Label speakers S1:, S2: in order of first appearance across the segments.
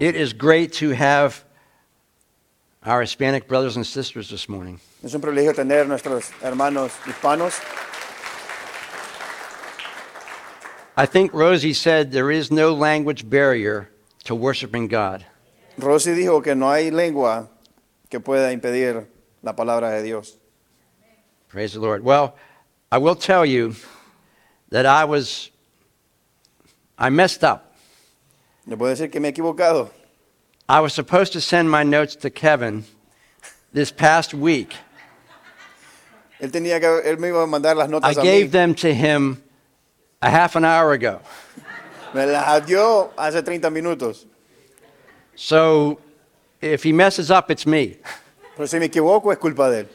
S1: It is great to have our Hispanic brothers and sisters this morning.
S2: Es un privilegio tener nuestros hermanos hispanos.
S1: I think Rosie said there is no language barrier to worshiping God.
S2: Rosy dijo que no hay lengua que pueda impedir la palabra de Dios.
S1: Praise the Lord. Well, I will tell you that I was, I messed up.
S2: Le puedo decir que me he equivocado.
S1: I was supposed to send my notes to Kevin this past week.
S2: Él tenía que, él me iba a mandar las
S1: I
S2: notas a mí.
S1: gave them to him a half an hour ago.
S2: Me las dio hace 30 minutos.
S1: So if he messes up, it's me.
S2: Pero si me equivoco es culpa de él.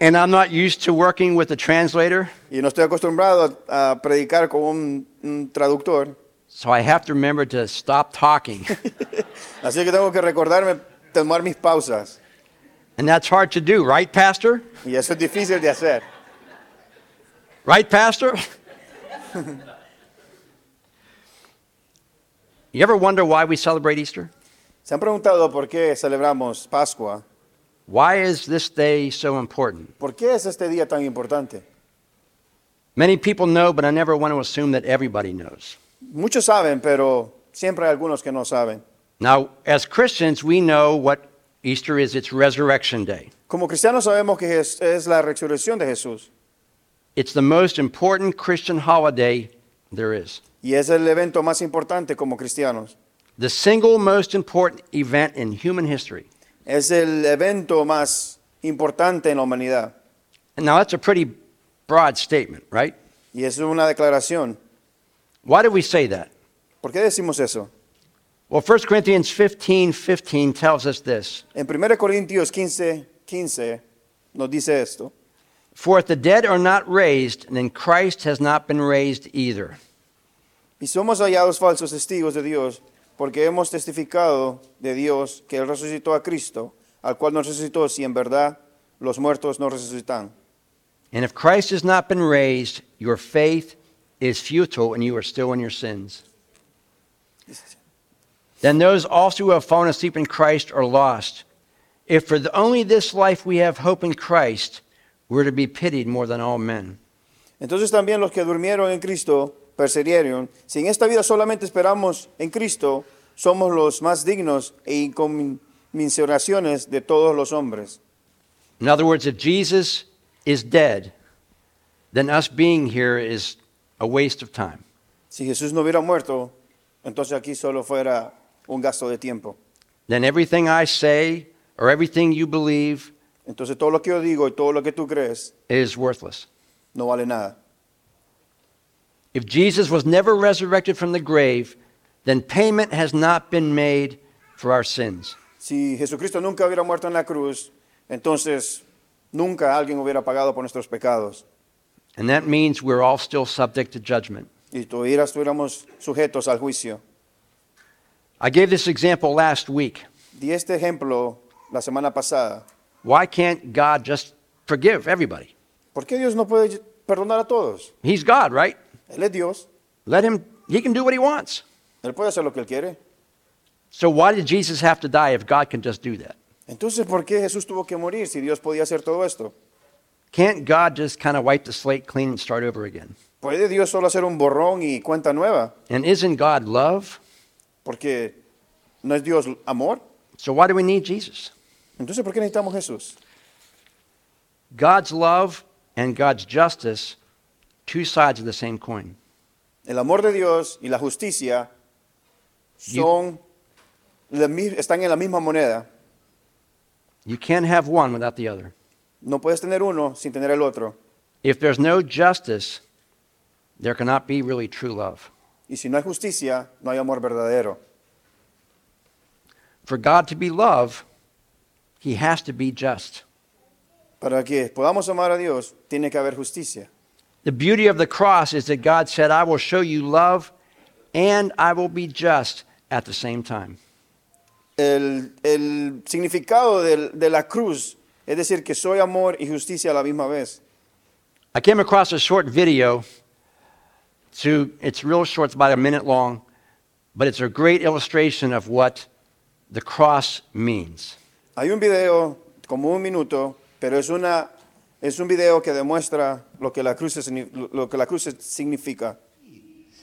S1: And I'm not used to working with a translator,
S2: Y no estoy acostumbrado a, a predicar con un, un traductor.
S1: so I have to remember to stop talking.
S2: Así que tengo que recordarme tomar mis pausas.
S1: and that's hard to do, right, Pastor?
S2: Y eso es difícil de hacer.
S1: Right, Pastor? you ever wonder why we celebrate Easter?
S2: ¿Se han preguntado por qué celebramos Pascua?
S1: Why is this day so important?
S2: ¿Por qué es este día tan importante?
S1: Many people know, but I never want to assume that everybody knows.
S2: Muchos saben, pero siempre hay algunos que no saben.
S1: Now, as Christians, we know what Easter is it's Resurrection Day.
S2: Como cristianos sabemos que es, es la resurrección de Jesús
S1: It's the most important Christian holiday there is,
S2: y es el evento más importante como cristianos.
S1: the single most important event in human history.
S2: Es el evento más importante en la humanidad
S1: And now, that's a pretty broad statement, right?
S2: y es una declaración.
S1: Why do we say that?
S2: ¿Por qué decimos eso?
S1: Well, 1 Corinthians 15 15 tells us this.
S2: En 1 Corintios 15, 15 nos dice esto.
S1: For if the dead are not raised, then Christ has not been raised either.
S2: Y somos hallados falsos testigos de Dios, porque hemos testificado de Dios que Él resucitó a Cristo, al cual nos resucitó si en verdad los muertos no resucitan.
S1: And if Christ has not been raised, your faith is futile and you are still in your sins. Then those also who have fallen asleep in Christ are lost. If for the, only this life we have hope in Christ, we're to be pitied more than all men.
S2: Entonces también los que durmieron en Cristo perseverieron. Si en esta vida solamente esperamos en Cristo, somos los más dignos e inconmiseraciones de todos los hombres.
S1: In other words, if Jesus is dead, then us being here is a waste of time.
S2: Si Jesús no hubiera muerto, entonces aquí solo fuera un gasto de tiempo.
S1: Then everything I say or everything you believe
S2: Entonces todo lo que yo digo y todo lo que tú crees
S1: is worthless.
S2: no vale nada.
S1: If Jesus was never resurrected from the grave, then payment has not been made for our sins.
S2: Si Jesucristo nunca hubiera muerto en la cruz, entonces nunca alguien hubiera pagado por nuestros pecados
S1: And that means we're all still subject to judgment.
S2: y tuviera- estuviéramos sujetos al juicio.
S1: I gave this example last week.
S2: Di este ejemplo la semana pasada.
S1: Why can't God just forgive everybody?
S2: ¿Por qué Dios no puede perdonar a todos?
S1: He's God, right?
S2: Él es Dios.
S1: Let him, he can do what he wants.
S2: Él puede hacer lo que Él quiere.
S1: So why did Jesus have to die if God can just do that?
S2: Entonces, ¿por qué Jesús tuvo que morir si Dios podía hacer todo esto?
S1: Can't God just kind of wipe the slate clean and start over again?
S2: ¿Puede Dios solo hacer un borrón y cuenta nueva?
S1: And isn't God love?
S2: Porque no es Dios amor.
S1: So why do we need Jesus?
S2: Entonces, ¿por qué necesitamos Jesús?
S1: God's love and God's justice, two sides of the same coin.
S2: El amor de Dios y la justicia son la mi- están en la misma moneda.
S1: You can't have one without the other.
S2: No puedes tener uno sin tener el otro.
S1: If there's no justice, there cannot be really true love.
S2: Y si no hay justicia, no hay amor verdadero.
S1: For God to be love, he has to be just.
S2: Para que podamos amar a Dios, tiene que haber justicia.
S1: The beauty of the cross is that God said, I will show you love and I will be just at the same time.
S2: El, el significado del- de la cruz es decir que soy amor y justicia a la misma vez.
S1: I came across a short video to, it's real short, it's about a minute long, but it's a great illustration of what the cross means.
S2: Hay un video como un minuto, pero es, una, es un video que demuestra lo que, la cruz, signi- lo que la cruz significa.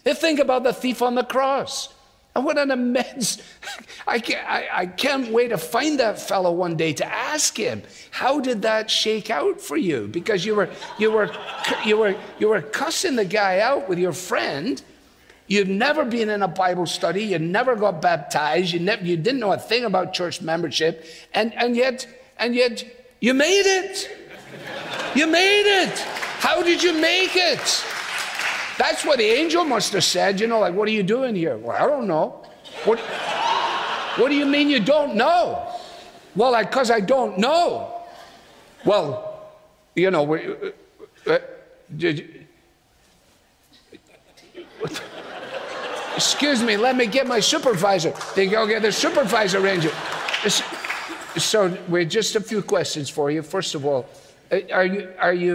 S3: And think about the thief on the cross. And what an immense. I can't, I, I can't wait to find that fellow one day to ask him, how did that shake out for you? Because you were, you were, you were, you were cussing the guy out with your friend. You'd never been in a Bible study. You never got baptized. You, never, you didn't know a thing about church membership. And, and yet, and yet, you made it. You made it. How did you make it? That's what the angel must have said, you know, like, what are you doing here? Well, I don't know. What, what do you mean you don't know? Well, because I don't know. Well, you know, we, uh, uh, did you- excuse me, let me get my supervisor. They go get the supervisor in here. S- So, we're just a few questions for you. First of all, uh, are you, are you,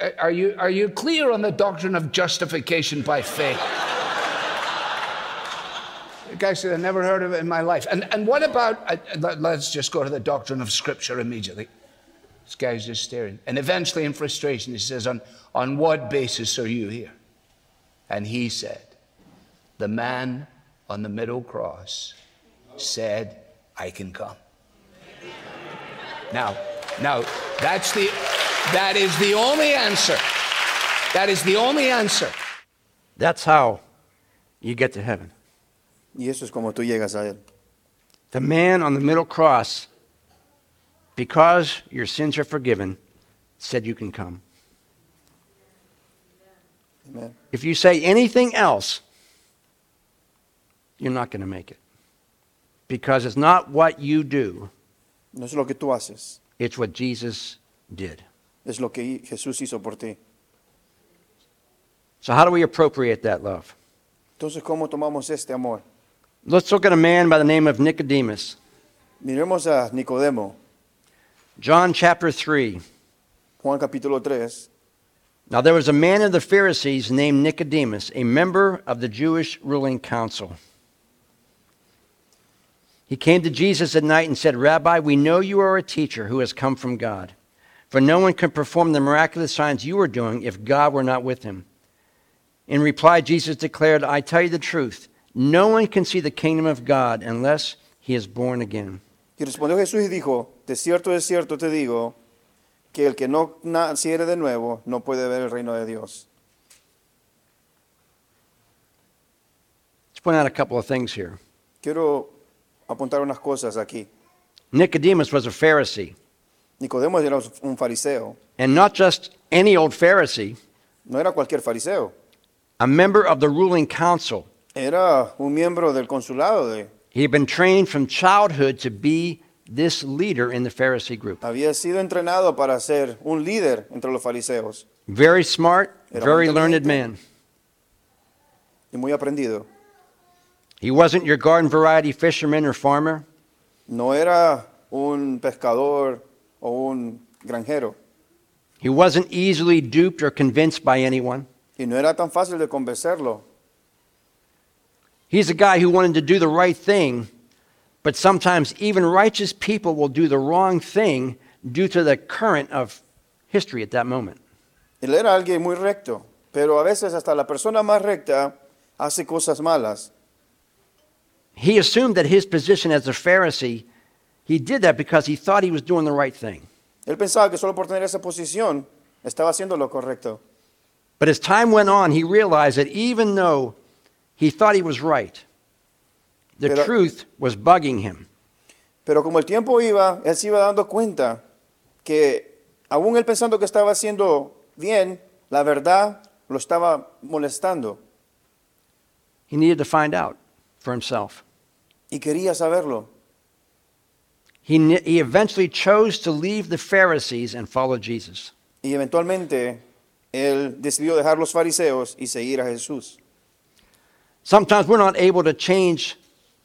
S3: uh, are you, are you clear on the doctrine of justification by faith? The guy said, I never heard of it in my life. And, and what about, uh, let- let's just go to the doctrine of Scripture immediately. This guy's just staring. And eventually, in frustration, he says, On, on what basis are you here? And he said, the man on the middle cross said, I can come. Now, now that's the that is the only answer. That is the only answer.
S1: That's how you get to heaven.
S2: Y eso es como tú llegas a Él.
S1: The man on the middle cross, because your sins are forgiven, said you can come.
S2: Amén.
S1: If you say anything else, you're not going to make it. Because it's not what you do,
S2: No es lo que tú haces,
S1: it's what Jesus did.
S2: es lo que Jesús hizo por ti.
S1: So, how do we appropriate that love?
S2: Entonces, ¿cómo tomamos este amor?
S1: Let's look at a man by the name of Nicodemus.
S2: Miremos a Nicodemo,
S1: John chapter 3.
S2: Juan capítulo 3.
S1: Now, there was a man of the Pharisees named Nicodemus, a member of the Jewish ruling council. He came to Jesus at night and said, Rabbi, we know you are a teacher who has come from God, for no one can perform the miraculous signs you are doing if God were not with him. In reply, Jesus declared, I tell you the truth, no one can see the kingdom of God unless he is born again.
S2: Y respondió Jesús y dijo, de cierto, de cierto te digo, que el que no naciere de nuevo no puede ver el reino de Dios.
S1: Let's point out a couple of things here.
S2: Quiero apuntar unas cosas aquí.
S1: Nicodemus was a Pharisee,
S2: Nicodemo era un fariseo,
S1: and not just any old Pharisee.
S2: no era cualquier fariseo,
S1: a member of the ruling council.
S2: era un miembro del consulado, de,
S1: He had been trained from childhood to be this leader in the Pharisee group.
S2: había sido entrenado para ser un líder entre los fariseos
S1: Very smart,
S2: Era
S1: very
S2: muy
S1: learned
S2: inteligente.
S1: man.
S2: y muy aprendido.
S1: He wasn't your garden variety fisherman or farmer.
S2: No era un pescador o un granjero
S1: He wasn't easily duped or convinced by anyone.
S2: y no era tan fácil de convencerlo.
S1: He's a guy who wanted to do the right thing, but sometimes even righteous people will do the wrong thing due to the current of history at that moment.
S2: Él era alguien muy recto, pero a veces hasta la persona más recta hace cosas malas.
S1: He assumed that his position as a Pharisee, he did that because he thought he was doing the right thing.
S2: Él pensaba que solo por tener esa posición estaba haciendo lo correcto.
S1: But as time went on, he realized that even though he thought he was right, the
S2: Pero-
S1: truth was bugging him.
S2: Pero como el tiempo iba, él se iba dando cuenta que aún él pensando que estaba haciendo bien, la verdad lo estaba molestando
S1: He needed to find out for himself.
S2: y quería saberlo.
S1: He, ne- he eventually chose to leave the Pharisees and follow Jesus.
S2: Y eventualmente él decidió dejar los fariseos y seguir a Jesús.
S1: Sometimes we're not able to change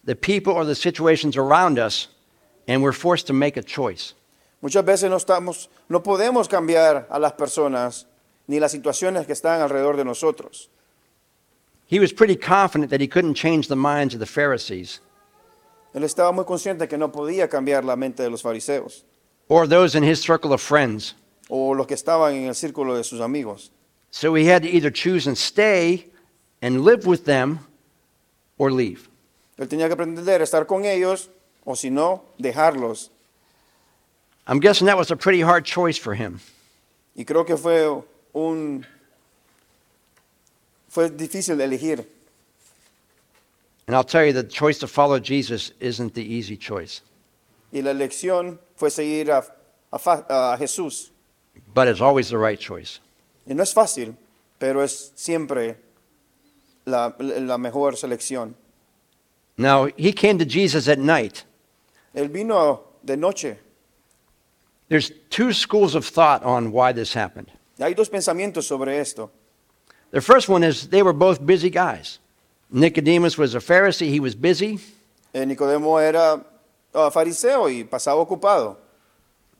S1: the people or the situations around us, and we're forced to make a choice.
S2: Muchas veces no, estamos, no podemos cambiar a las personas ni las situaciones que están alrededor de nosotros.
S1: He was pretty confident that he couldn't change the minds of the Pharisees
S2: Él estaba muy consciente que no podía cambiar la mente de los fariseos
S1: or those in his circle of friends.
S2: o los que estaban en el círculo de sus amigos.
S1: So he had to either choose and stay and live with them or leave.
S2: Él tenía que pretender estar con ellos o si no, dejarlos.
S1: I'm guessing that was a pretty hard choice for him.
S2: Y creo que fue un... Fue difícil de elegir.
S1: And I'll tell you the choice to follow Jesus isn't the easy choice,
S2: Y la elección fue seguir a, a fa- a Jesús.
S1: but it's always the right choice.
S2: Y no es fácil, pero es siempre la, la mejor selección.
S1: Now, he came to Jesus at night.
S2: Él vino de noche.
S1: There's two schools of thought on why this happened.
S2: Hay dos pensamientos sobre esto.
S1: The first one is they were both busy guys. Nicodemus was a Pharisee, he was busy,
S2: Eh, Nicodemo era ah, fariseo y pasaba ocupado.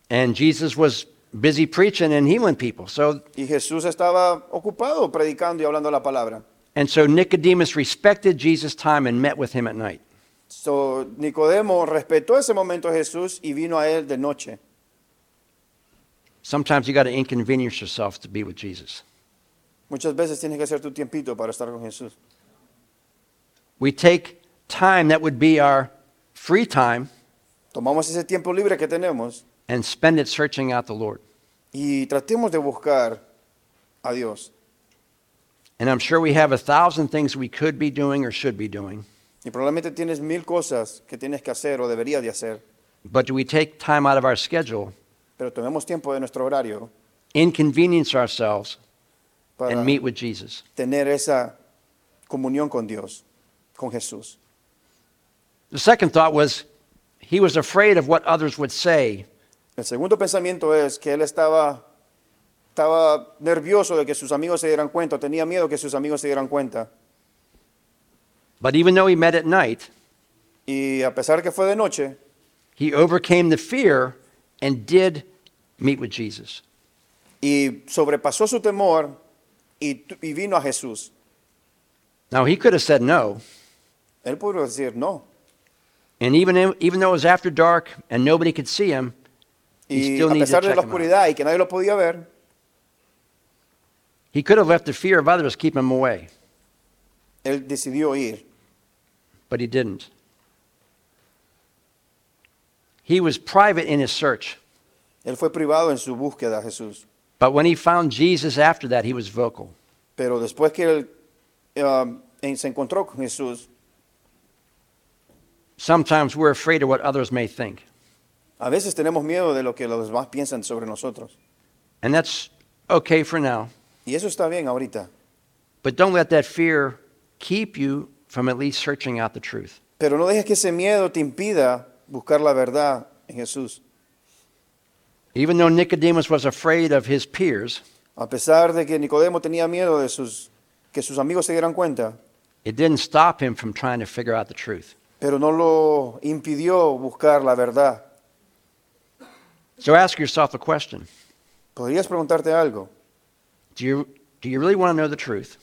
S1: and Jesus was busy preaching and healing people. So,
S2: Y Jesús estaba ocupado predicando y hablando la palabra.
S1: and so Nicodemus respected Jesus' time and met with him at night.
S2: So, Nicodemo respetó ese momento a Jesús y vino a él de noche.
S1: Sometimes you got to inconvenience yourself to be with Jesus.
S2: Muchas veces tienes que hacer tu tiempito para estar con Jesús.
S1: We take time that would be our free time
S2: Tomamos ese tiempo libre que tenemos
S1: and spend it searching out the Lord.
S2: y tratemos de buscar a Dios.
S1: And I'm sure we have a thousand things we could be doing or should be doing,
S2: Y probablemente tienes mil cosas que tienes que hacer o deberías de hacer,
S1: but do we take time out of our schedule,
S2: pero tomemos tiempo de nuestro horario
S1: inconvenience ourselves,
S2: para
S1: and meet with Jesus?
S2: tener esa comunión con Dios, con Jesús.
S1: The second thought was he was afraid of what others would say.
S2: El segundo pensamiento es que él estaba, estaba nervioso de que sus amigos se dieran cuenta, tenía miedo que sus amigos se dieran cuenta.
S1: But even though he met at night,
S2: Y a pesar que fue de noche,
S1: he overcame the fear and did meet with Jesus.
S2: y sobrepasó su temor y, tu- y vino a Jesús.
S1: Now, he could have said no,
S2: Él pudo decir no.
S1: And even, even though it was after dark and nobody could see him, he
S2: Y
S1: still
S2: a
S1: needed to
S2: pesar de
S1: check
S2: la
S1: him out.
S2: oscuridad y que nadie lo podía ver,
S1: He could have let the fear of others keep him away,
S2: él decidió ir.
S1: but he didn't. He was private in his search,
S2: Él fue privado en su búsqueda a Jesús.
S1: but when he found Jesus after that, he was vocal.
S2: Pero después que él um, en- se encontró con Jesús,
S1: Sometimes we're afraid of what others may think,
S2: a veces tenemos miedo de lo que los demás piensan sobre nosotros.
S1: and that's okay for now,
S2: Y eso está bien ahorita.
S1: but don't let that fear keep you from at least searching out the truth.
S2: Pero no dejes que ese miedo te impida buscar la verdad en Jesús.
S1: Even though Nicodemus was afraid of his peers,
S2: A pesar de que Nicodemo tenía miedo de sus, que sus amigos se dieran cuenta,
S1: it didn't stop him from trying to figure out the truth.
S2: pero no lo impidió buscar la verdad.
S1: So ask yourself a question.
S2: Podrías preguntarte algo.
S1: Do you, do you really want to know the truth?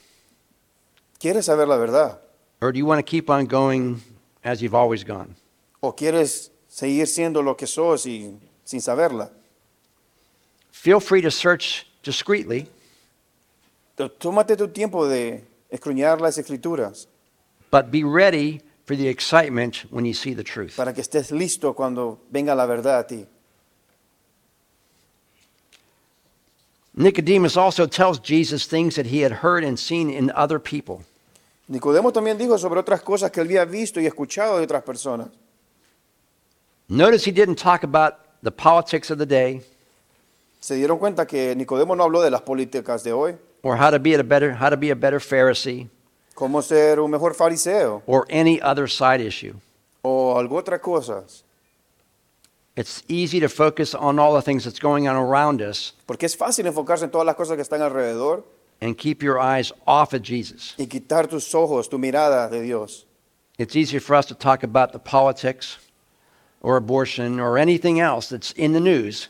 S2: ¿Quieres saber la verdad?
S1: Or do you want to keep on going as you've always gone?
S2: ¿O quieres seguir siendo lo que sos y, sin saberla?
S1: Feel free to search discreetly,
S2: Tó- Tómate tu tiempo de escruñar las escrituras
S1: but be ready for the excitement when you see the truth.
S2: para que estés listo cuando venga la verdad a ti.
S1: Nicodemus also tells Jesus things that he had heard and seen in other people.
S2: Nicodemo también dijo sobre otras cosas que él había visto y escuchado de otras personas.
S1: Notice he didn't talk about the politics of the day
S2: Se dieron cuenta que Nicodemo no habló de las políticas de hoy,
S1: or how to be a better, how to be a better Pharisee
S2: cómo ser un mejor fariseo
S1: or any other side issue.
S2: o algo otra cosa,
S1: It's easy to focus on all the things that's going on around us
S2: porque es fácil enfocarse en todas las cosas que están alrededor
S1: and keep your eyes off of Jesus.
S2: y quitar tus ojos, tu mirada de Dios.
S1: It's easier for us to talk about the politics or abortion or anything else that's in the news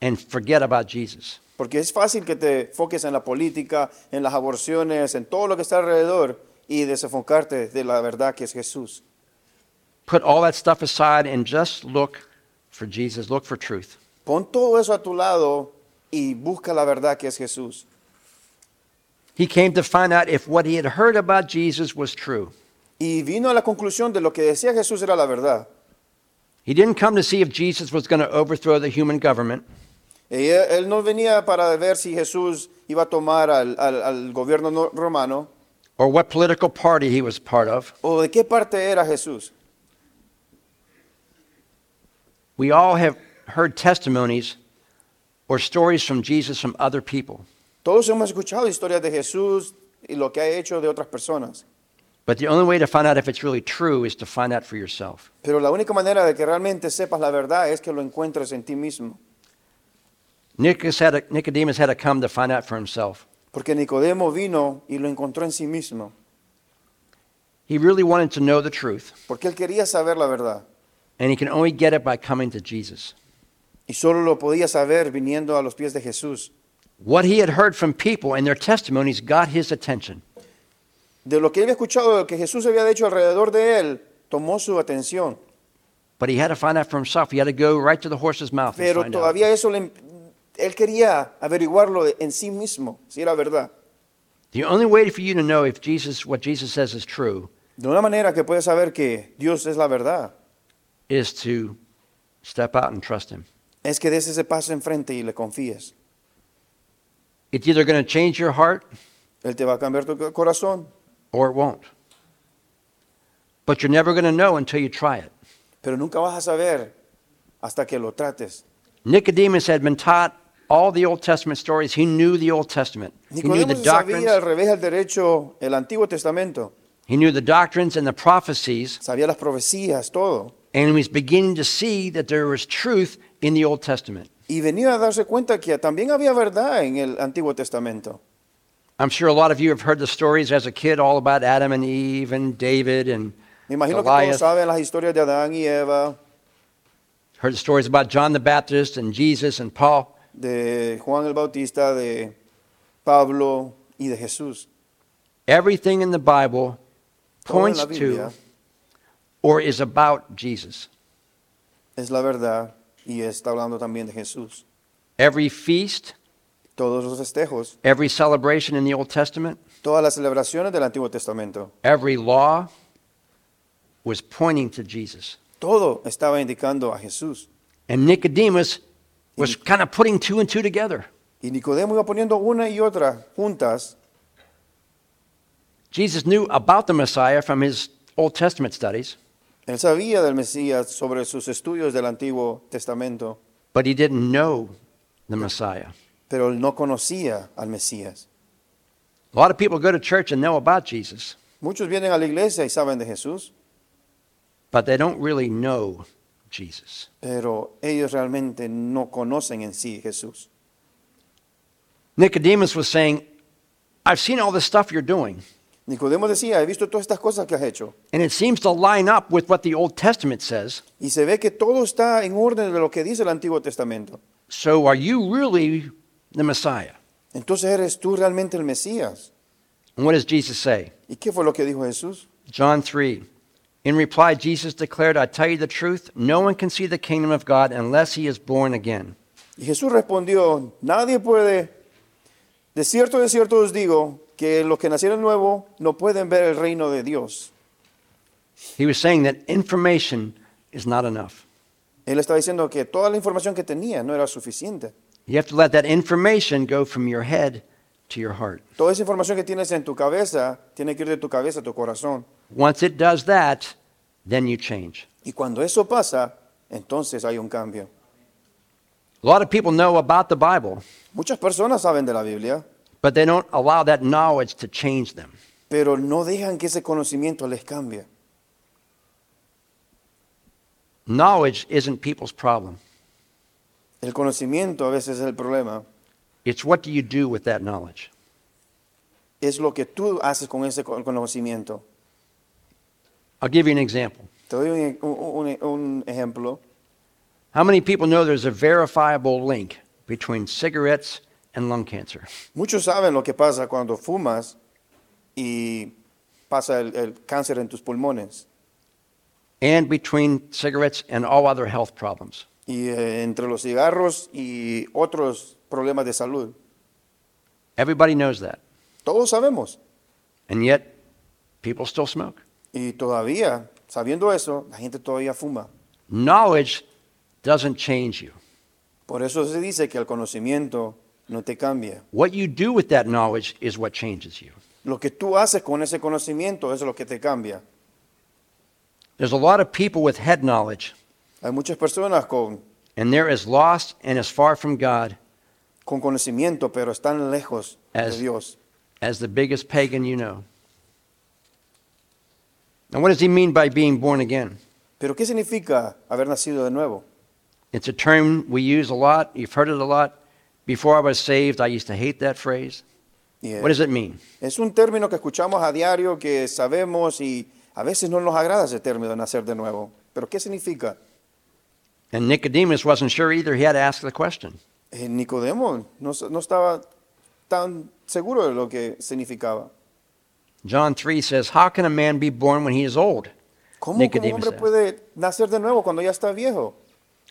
S1: and forget about Jesus.
S2: Porque es fácil que te enfoques en la política, en las aborciones, en todo lo que está alrededor y desenfocarte de la verdad que es Jesús.
S1: Put all that stuff aside and just look for Jesus, look for truth.
S2: Pon todo eso a tu lado y busca la verdad que es Jesús.
S1: He came to find out if what he had heard about Jesus was true.
S2: Y vino a la conclusión de lo que decía Jesús era la verdad.
S1: He didn't come to see if Jesus was going to overthrow the human government.
S2: Y él él no venía para ver si Jesús iba a tomar al, al- al gobierno no- romano
S1: or what political party he was part of.
S2: o de qué parte era Jesús.
S1: We all have heard testimonies or stories from Jesus from other people,
S2: Todos hemos escuchado historias de Jesús y lo que ha hecho de otras personas,
S1: but the only way to find out if it's really true is to find out for yourself.
S2: pero la única manera de que realmente sepas la verdad es que lo encuentres en ti mismo.
S1: Nicodemus had, to, Nicodemus had to come to find out for himself.
S2: Porque Nicodemo vino y lo encontró en sí mismo,
S1: He really wanted to know the truth,
S2: porque él quería saber la verdad
S1: and he can only get it by coming to Jesus.
S2: y solo lo podía saber viniendo a los pies de Jesús.
S1: What he had heard from people and their testimonies got his attention.
S2: De lo que él había escuchado, de lo que Jesús había hecho alrededor de él, tomó su atención.
S1: But he had to find out for himself. He had to go right to the horse's mouth. and
S2: Pero
S1: find out.
S2: todavía eso, le- él quería averiguarlo de- en sí mismo, si era verdad.
S1: The only way for you to know if Jesus, what Jesus says is true,
S2: De una manera que puedes saber que Dios es la verdad,
S1: is to step out and trust him.
S2: es que des ese paso enfrente y le confíes.
S1: It's either going to change your heart
S2: Él te va a cambiar tu co- corazón,
S1: or it won't. But you're never going to know until you try it.
S2: pero nunca vas a saber hasta que lo trates.
S1: Nicodemus had been taught all the Old Testament stories. He knew the Old Testament. He knew the
S2: Nicodemo sabía al
S1: doctrines.
S2: revés al derecho el Antiguo Testamento,
S1: He knew the doctrines and the prophecies,
S2: sabía las profecías, todo.
S1: and he was beginning to see that there was truth in the Old Testament.
S2: Y venía a darse cuenta que también había verdad en el Antiguo Testamento.
S1: I'm sure a lot of you have heard the stories as a kid all about Adam and Eve and David and
S2: Me imagino que todos
S1: Goliath.
S2: saben las historias de Adán y Eva,
S1: Heard the stories about John the Baptist and Jesus and Paul.
S2: de Juan el Bautista, de Pablo y de Jesús.
S1: Everything in the Bible
S2: Todo en
S1: points
S2: la
S1: to
S2: Biblia
S1: or is about Jesus.
S2: es la verdad y está hablando también de Jesús.
S1: Every feast,
S2: Todos los festejos,
S1: every celebration in the Old Testament,
S2: todas las celebraciones del Antiguo Testamento,
S1: every law was pointing to Jesus.
S2: todo estaba indicando a Jesús.
S1: And Nicodemus was kind of putting two and two together.
S2: Y Nicodemo iba poniendo una y otra juntas.
S1: Jesus knew about the Messiah from his Old Testament studies,
S2: Él sabía del Mesías sobre sus estudios del Antiguo Testamento,
S1: but he didn't know the Messiah.
S2: pero él no conocía al Mesías.
S1: A lot of people go to church and know about Jesus,
S2: Muchos vienen a la iglesia y saben de Jesús,
S1: but they don't really know Jesus.
S2: pero ellos realmente no conocen en sí Jesús.
S1: Nicodemus was saying, I've seen all this stuff you're doing,
S2: Nicodemo decía, he visto todas estas cosas que has hecho.
S1: and it seems to line up with what the Old Testament says.
S2: Y se ve que todo está en orden de lo que dice el Antiguo Testamento.
S1: So are you really the Messiah?
S2: Entonces eres tú realmente el Mesías.
S1: And what does Jesus say?
S2: ¿Y qué fue lo que dijo Jesús?
S1: John 3. In reply, Jesus declared, I tell you the truth, no one can see the kingdom of God unless he is born again.
S2: Y Jesús respondió, nadie puede, de cierto, de cierto os digo, que los que nacieron nuevo no pueden ver el reino de Dios.
S1: He was saying that information is not enough.
S2: Él está diciendo que toda la información que tenía no era suficiente.
S1: You have to let that information go from your head to your heart.
S2: Toda esa información que tienes en tu cabeza tiene que ir de tu cabeza a tu corazón.
S1: Once it does that, then you change.
S2: Y cuando eso pasa, entonces hay un cambio.
S1: A lot of people know about the Bible.
S2: Muchas personas saben de la Biblia,
S1: but they don't allow that knowledge to change them.
S2: pero no dejan que ese conocimiento les cambie.
S1: Knowledge isn't people's problem.
S2: El conocimiento a veces es el problema.
S1: It's what do you do with that knowledge?
S2: Es lo que tú haces con ese con- conocimiento.
S1: I'll give you an example.
S2: Te doy un, un- un- un ejemplo.
S1: How many people know there's a verifiable link between cigarettes and lung cancer.
S2: Muchos saben lo que pasa cuando fumas y pasa el, el cáncer en tus pulmones
S1: and between cigarettes and all other health problems.
S2: y eh, entre los cigarros y otros problemas de salud.
S1: Everybody knows that.
S2: Todos sabemos.
S1: And yet, people still smoke.
S2: Y todavía, sabiendo eso, la gente todavía fuma.
S1: Knowledge doesn't change you.
S2: Por eso se dice que el conocimiento no te cambia.
S1: What you do with that knowledge is what changes you.
S2: Lo que tú haces con ese conocimiento es lo que te cambia.
S1: There's a lot of people with head knowledge,
S2: Hay muchas personas con,
S1: and they're as lost and as far from God
S2: con conocimiento, pero están lejos de
S1: As-
S2: Dios.
S1: as the biggest pagan you know. Now, what does he mean by being born again?
S2: Pero ¿qué significa haber nacido de nuevo?
S1: It's a term we use a lot. You've heard it a lot. Before I was saved, I used to hate that phrase.
S2: Y, eh,
S1: What does it mean?
S2: Es un término que escuchamos a diario, que sabemos y a veces no nos agrada ese término de nacer de nuevo. Pero ¿qué significa?
S1: And Nicodemus wasn't sure either. He had to ask the question.
S2: Eh, Nicodemo no, s- no estaba tan seguro de lo que significaba.
S1: John 3 says, How can a man be born when he is old?
S2: ¿Cómo que un
S1: Nicodemus
S2: hombre
S1: said.
S2: puede nacer de nuevo cuando ya está viejo?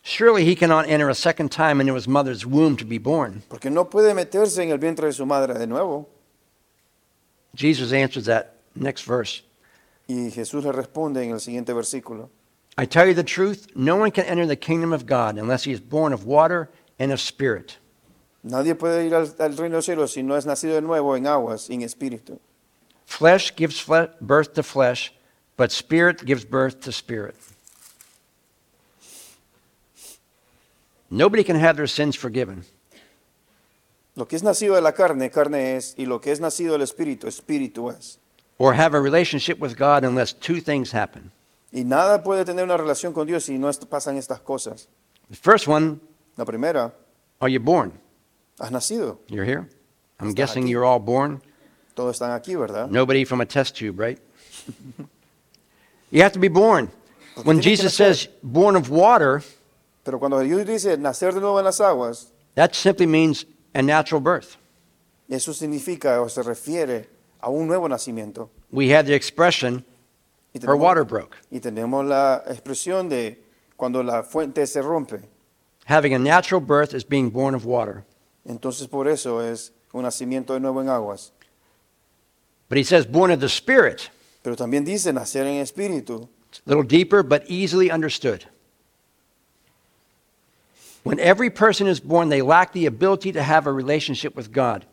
S1: Surely he cannot enter a second time into his mother's womb to be born.
S2: Porque no puede meterse en el vientre de su madre de nuevo.
S1: Jesus answers that next verse.
S2: Y Jesús le responde en el siguiente versículo.
S1: I tell you the truth, no one can enter the kingdom of God unless he is born of water and of spirit.
S2: Nadie puede ir al, al reino de los cielos si no es nacido de nuevo en aguas, en espíritu.
S1: Flesh gives fle- birth to flesh, but spirit gives birth to spirit. Nobody can have their sins forgiven.
S2: Lo que es nacido de la carne, carne es, y lo que es nacido del espíritu, espíritu es.
S1: or have a relationship with God unless two things happen.
S2: Y nada puede tener una relación con Dios si no est- pasan estas cosas.
S1: The first one,
S2: La primera,
S1: are you born?
S2: has nacido.
S1: You're here. I'm
S2: It's
S1: guessing
S2: not.
S1: you're all born.
S2: Todos están aquí, ¿verdad?
S1: Nobody from a test tube, right? you have to be born. When
S2: tiene que
S1: Jesus
S2: nacer.
S1: says born of water,
S2: Pero cuando Jesús dice nacer de nuevo en las aguas,
S1: that simply means a natural birth.
S2: eso significa o se refiere a un nuevo nacimiento.
S1: We have the expression,
S2: Y
S1: her water broke.
S2: y tenemos la expresión de cuando la fuente se rompe.
S1: Having a natural birth is being born of water.
S2: Entonces por eso es un nacimiento de nuevo en aguas.
S1: But he says born of the Spirit,
S2: Pero también dice nacer en espíritu.
S1: It's a little deeper, but easily understood. When every person is born, they lack the ability to have a relationship with God.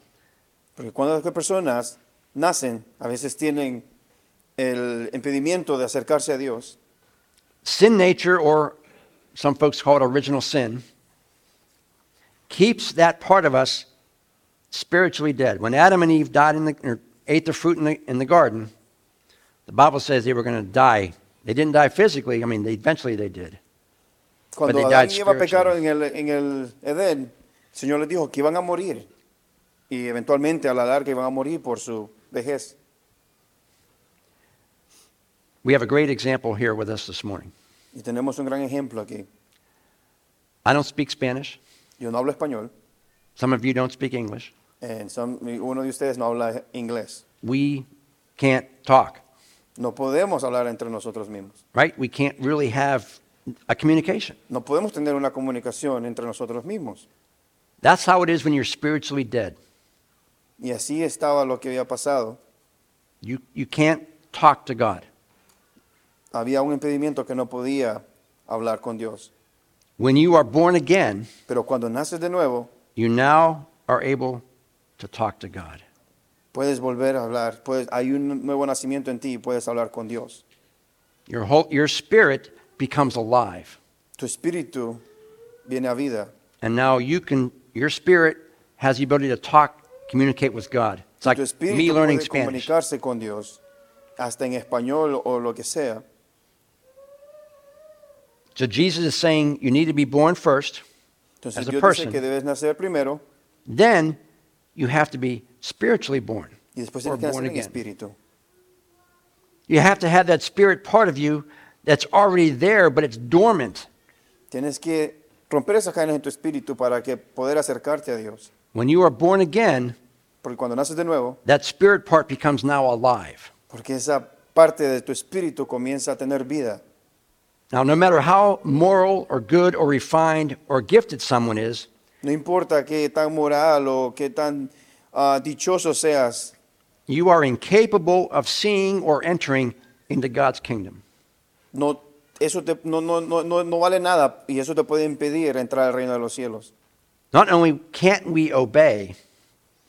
S2: Porque cuando las personas nacen, a veces tienen el impedimento de acercarse a Dios.
S1: Sin nature, or some folks call it original sin, keeps that part of us spiritually dead. When Adam and Eve died in the, or ate the fruit in the, in the garden, the Bible says they were going to die. They didn't die physically. I mean, they, eventually they did.
S2: Cuando
S1: they
S2: Adán
S1: died
S2: y Eva pecaron en
S1: spiritually.
S2: el, en el Edén, el Señor les dijo que iban a morir. Y eventualmente a la larga iban a morir por su vejez.
S1: We have a great example here with us this morning.
S2: Y tenemos un gran ejemplo aquí.
S1: I don't speak Spanish.
S2: Yo no hablo español.
S1: Some of you don't speak English.
S2: and some- uno de ustedes no habla inglés.
S1: we can't talk,
S2: No podemos hablar entre nosotros mismos.
S1: right? We can't really have a communication.
S2: No podemos tener una comunicación entre nosotros mismos.
S1: That's how it is when you're spiritually dead.
S2: Y así estaba lo que había pasado.
S1: You, you can't talk to God.
S2: Había un impedimento que no podía hablar con Dios.
S1: When you are born again,
S2: Pero cuando naces de nuevo,
S1: you now are able to talk to God.
S2: puedes volver a hablar. Puedes, hay un nuevo nacimiento en ti y puedes hablar con Dios.
S1: Your, whole, your spirit becomes alive.
S2: Tu espíritu viene a vida.
S1: And now you can, your spirit has the ability to talk, communicate with God. It's like
S2: Tu
S1: me
S2: espíritu
S1: learning
S2: puede
S1: Spanish.
S2: comunicarse con Dios, hasta en español o lo que sea.
S1: So Jesus is saying you need to be born first,
S2: Entonces
S1: As a
S2: Dios
S1: person.
S2: dice que debes nacer primero
S1: then you have to be spiritually born.
S2: y después
S1: Or
S2: tienes que nacer
S1: born
S2: en
S1: again.
S2: espíritu.
S1: You have to have that spirit part of you that's already there, but it's dormant.
S2: Tienes que romper esas cadenas en tu espíritu para que poder acercarte a Dios.
S1: When you are born again,
S2: Porque cuando naces de nuevo,
S1: that spirit part becomes now alive.
S2: porque esa parte de tu espíritu comienza a tener vida.
S1: Now, no matter how moral or good or refined or gifted someone is,
S2: No importa qué tan moral o qué tan ah, dichoso seas,
S1: you are incapable of seeing or entering into God's kingdom.
S2: no, eso te- no, no, no, no, no vale nada y eso te puede impedir entrar al reino de los cielos.
S1: Not only can't we obey,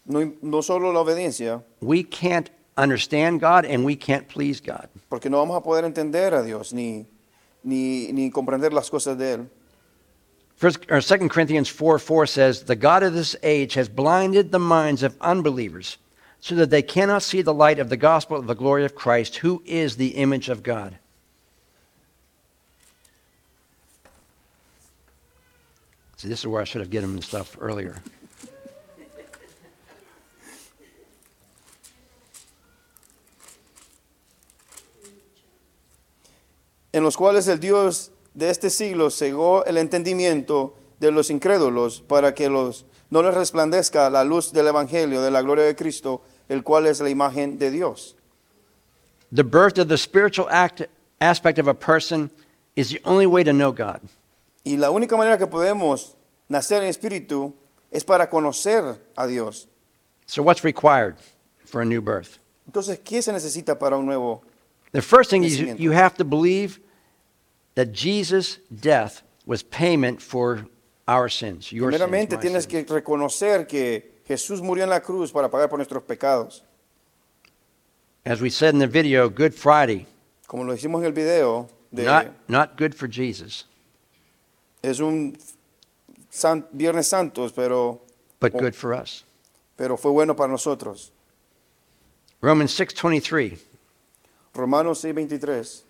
S2: No, no solo la obediencia,
S1: we can't understand God and we can't please God.
S2: porque no vamos a poder entender a Dios ni, ni, ni comprender las cosas de Él.
S1: First, or 2 Corinthians 4 4 says, The God of this age has blinded the minds of unbelievers so that they cannot see the light of the gospel of the glory of Christ, who is the image of God. See, this is where I should have given him stuff earlier.
S2: en los cuales el Dios de este siglo cegó el entendimiento de los incrédulos para que los, no les resplandezca la luz del Evangelio de la gloria de Cristo, el cual es la imagen de Dios.
S1: The birth of the spiritual act, aspect of a person is the only way to know God.
S2: Y la única manera que podemos nacer en espíritu es para conocer a Dios.
S1: So, what's required for a new birth?
S2: Entonces, ¿qué se necesita para un nuevo?
S1: The first thing is you-
S2: Nacimiento.
S1: you have to believe that Jesus' death was payment for our sins. Your sins,
S2: Primeramente,
S1: my
S2: tienes
S1: sins.
S2: que reconocer que Jesús murió en la cruz para pagar por nuestros pecados.
S1: As we said in the video, Good Friday,
S2: Como lo hicimos en el video, de-
S1: not, not good for Jesus,
S2: es un san- Viernes Santos, pero
S1: but
S2: Oh.
S1: good for us.
S2: pero fue bueno para nosotros.
S1: Romans 6:23.
S2: Romanos 6:23.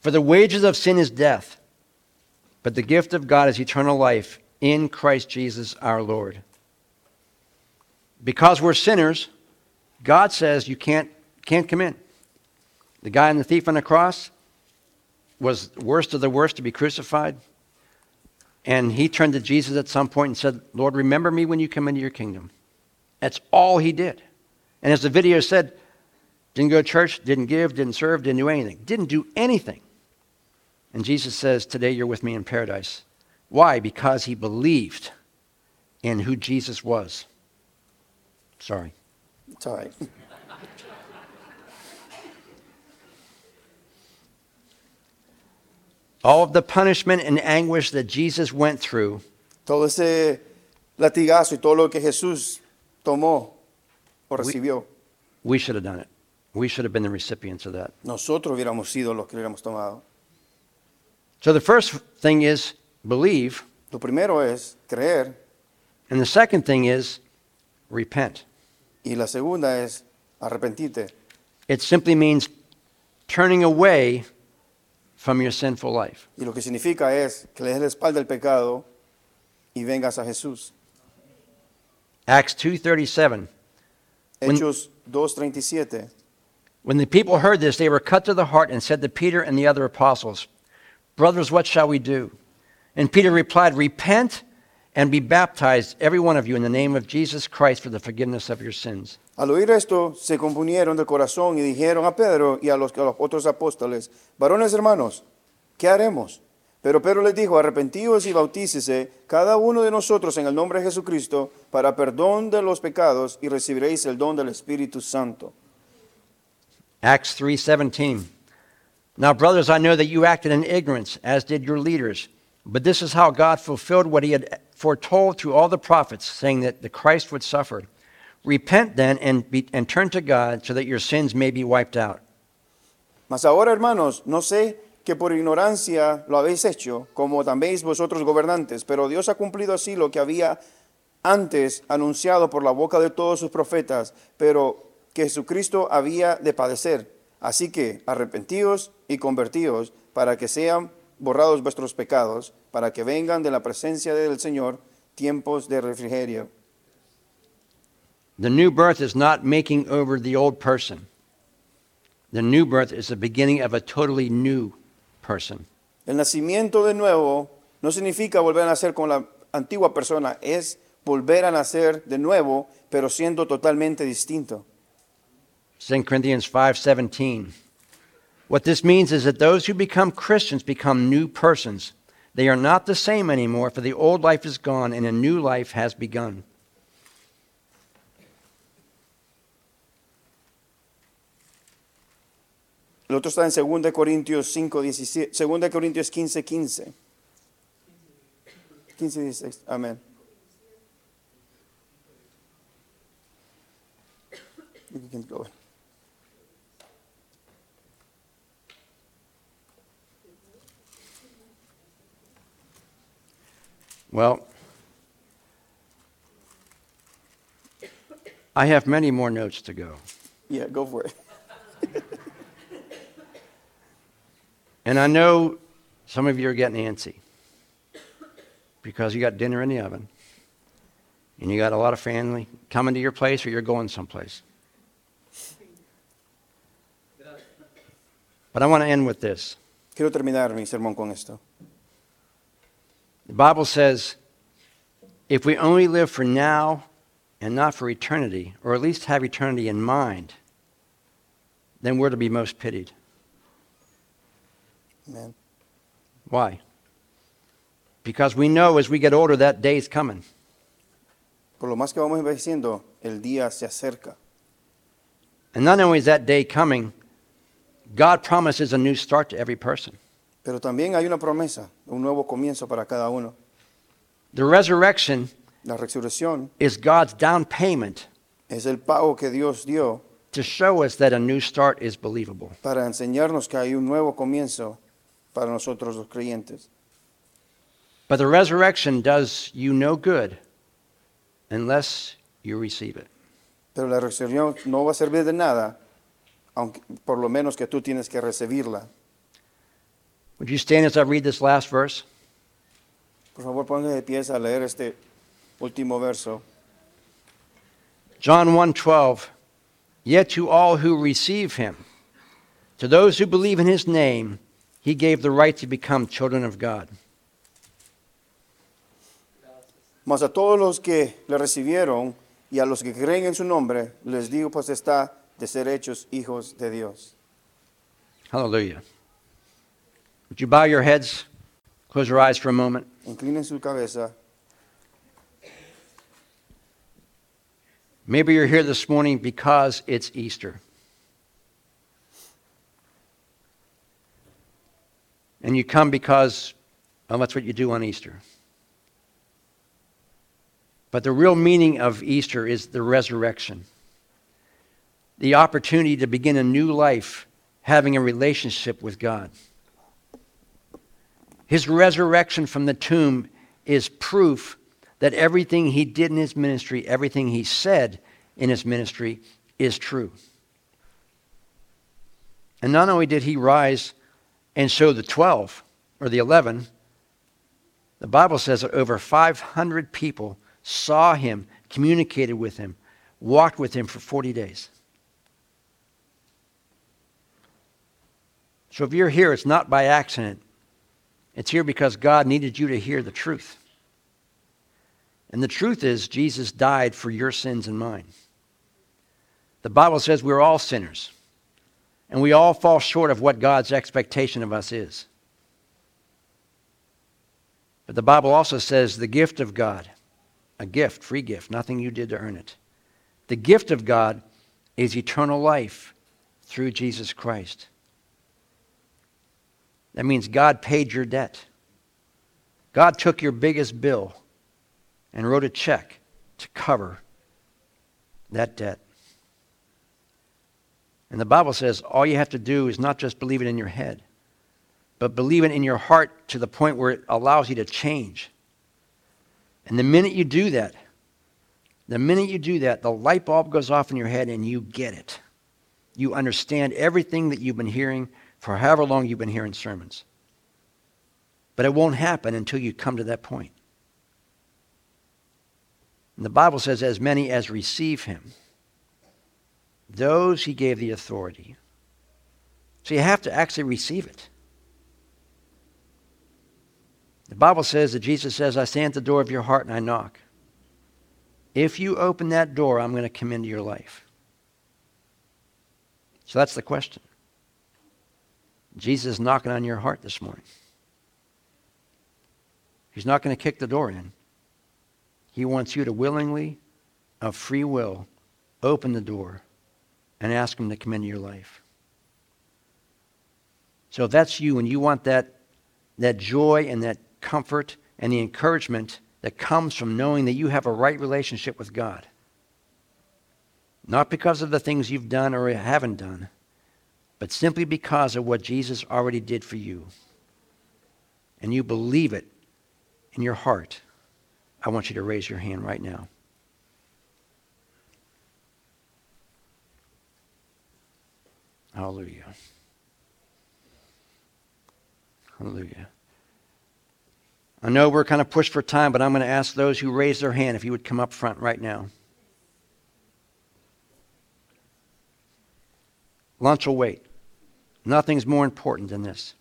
S1: For the wages of sin is death, but the gift of God is eternal life in Christ Jesus our Lord. Because we're sinners, God says you can't, can't come in. The guy and the thief on the cross was worst of the worst to be crucified. And he turned to Jesus at some point and said, Lord, remember me when you come into your kingdom. That's all he did. And as the video said, didn't go to church, didn't give, didn't serve, didn't do anything. Didn't do anything. And Jesus says, Today you're with me in paradise. Why? Because he believed in who Jesus was. Sorry.
S2: Sorry.
S1: All of the punishment and anguish that Jesus went through
S2: Todo ese latigazo y todo lo que Jesús tomó o recibió,
S1: We should have done it. We should have been the recipients of that.
S2: nosotros hubiéramos sido los que lo hubiéramos tomado.
S1: So the first thing is believe,
S2: Lo primero es creer
S1: and the second thing is repent.
S2: y la segunda es arrepentirte.
S1: It simply means turning away from your sinful life.
S2: Y lo que significa es que le des la espalda al pecado y vengas a Jesús.
S1: Acts 2:37. When-
S2: Hechos 2:37.
S1: When the people heard this, they were cut to the heart and said to Peter and the other apostles, "Brothers, what shall we do?" And Peter replied, "Repent and be baptized every one of you in the name of Jesus Christ for the forgiveness of your sins."
S2: Al oír esto, se componieron de corazón y dijeron a Pedro y a los, a los otros apóstoles, varones hermanos, ¿qué haremos? Pero Pedro les dijo, arrepentíos y bautícese cada uno de nosotros en el nombre de Jesucristo para perdón de los pecados y recibiréis el don del Espíritu Santo.
S1: Acts 3:17. Now brothers, I know that you acted in ignorance as did your leaders, but this is how God fulfilled what he had foretold through all the prophets, saying that the Christ would suffer. Repent then and be, and turn to God so that your sins may be wiped out.
S2: Mas ahora, hermanos, no sé que por ignorancia lo habéis hecho, como también vosotros gobernantes, pero Dios ha cumplido así lo que había antes anunciado por la boca de todos sus profetas, pero que Jesucristo había de padecer. Así que arrepentíos y convertíos para que sean borrados vuestros pecados, para que vengan de la presencia del Señor tiempos de refrigerio.
S1: The new birth is not making over the old person. The new birth is the beginning of a totally new person.
S2: El nacimiento de nuevo no significa volver a nacer con la antigua persona, es volver a nacer de nuevo, pero siendo totalmente distinto.
S1: 2 Corinthians 5:17. What this means is that those who become Christians become new persons. They are not the same anymore, for the old life is gone and a new life has begun.
S2: El otro está en 2 Corintios 5, 17, 2 Corintios 15, 15. 15, 16, amén. You can go.
S1: Well, I have many more notes to go.
S2: Yeah, go for it.
S1: And I know some of you are getting antsy because you got dinner in the oven and you got a lot of family coming to your place or you're going someplace. But I want to end with this.
S2: Quiero terminar mi sermón con esto.
S1: The Bible says if we only live for now and not for eternity, or at least have eternity in mind, then we're to be most pitied.
S2: Amén.
S1: Why? Because we know as we get older that day's coming.
S2: Por lo más que vamos envejeciendo, el día se acerca.
S1: And not only is that day coming, God promises a new start to every person.
S2: Pero también hay una promesa, un nuevo comienzo para cada uno.
S1: The resurrection
S2: La resurrección
S1: is God's down payment
S2: es el pago que Dios dio
S1: to show us that a new start is believable.
S2: para enseñarnos que hay un nuevo comienzo para nosotros los creyentes.
S1: But the resurrection does you no good unless you receive it.
S2: Pero la resurrección no va a servir de nada, aunque, por lo menos que tú tienes que recibirla.
S1: Would you stand as I read this last verse?
S2: Por favor, póngase de pie a leer este último verso.
S1: John 1:12 Yet to all who receive him to those who believe in his name he gave the right to become children of God.
S2: Mas a todos los que le recibieron y a los que creen en su nombre, les digo pues está de ser hechos hijos de Dios.
S1: Hallelujah. Would you bow your heads? Close your eyes for a moment.
S2: Inclinen su cabeza.
S1: Maybe you're here this morning because it's Easter. And you come because, well, that's what you do on Easter. But the real meaning of Easter is the resurrection the opportunity to begin a new life having a relationship with God. His resurrection from the tomb is proof that everything he did in his ministry, everything he said in his ministry, is true. And not only did he rise and show the 12 or the 11, the Bible says that over 500 people saw him, communicated with him, walked with him for 40 days. So if you're here, it's not by accident. It's here because God needed you to hear the truth. And the truth is, Jesus died for your sins and mine. The Bible says we're all sinners, and we all fall short of what God's expectation of us is. But the Bible also says the gift of God, a gift, free gift, nothing you did to earn it. The gift of God is eternal life through Jesus Christ. That means God paid your debt. God took your biggest bill and wrote a check to cover that debt. And the Bible says all you have to do is not just believe it in your head, but believe it in your heart to the point where it allows you to change. And the minute you do that, the minute you do that, the light bulb goes off in your head and you get it. You understand everything that you've been hearing for however long you've been hearing sermons. But it won't happen until you come to that point. And the Bible says, as many as receive him, those he gave the authority. So you have to actually receive it. The Bible says that Jesus says, I stand at the door of your heart and I knock. If you open that door, I'm going to come into your life. So that's the question. Jesus is knocking on your heart this morning. He's not going to kick the door in. He wants you to willingly, of free will, open the door and ask Him to come into your life. So if that's you and you want that, that joy and that comfort and the encouragement that comes from knowing that you have a right relationship with God, not because of the things you've done or haven't done, but simply because of what Jesus already did for you, and you believe it in your heart, I want you to raise your hand right now. Hallelujah. Hallelujah. I know we're kind of pushed for time, but I'm going to ask those who raised their hand if you would come up front right now. Lunch will wait. Nothing's more important than this.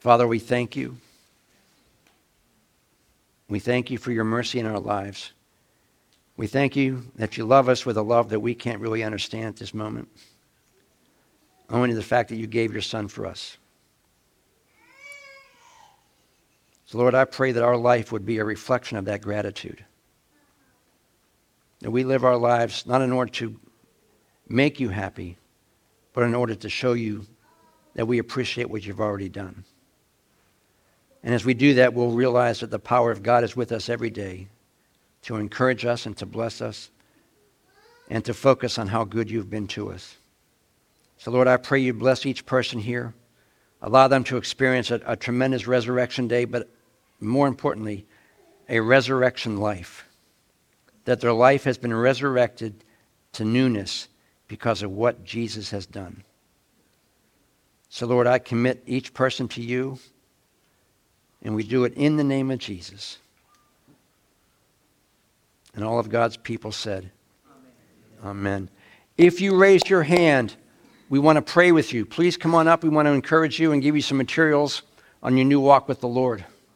S1: Father, we thank you. We thank you for your mercy in our lives. We thank you that you love us with a love that we can't really understand at this moment. Only the fact that you gave your son for us. So, Lord, I pray that our life would be a reflection of that gratitude. That we live our lives not in order to make you happy, but in order to show you that we appreciate what you've already done. And as we do that, we'll realize that the power of God is with us every day to encourage us and to bless us and to focus on how good you've been to us. So, Lord, I pray you bless each person here. Allow them to experience a, a tremendous resurrection day, but more importantly, a resurrection life. That their life has been resurrected to newness because of what Jesus has done. So, Lord, I commit each person to you, and we do it in the name of Jesus. And all of God's people said, Amen. Amen. If you raised your hand, we want to pray with you. Please come on up. We want to encourage you and give you some materials on your new walk with the Lord.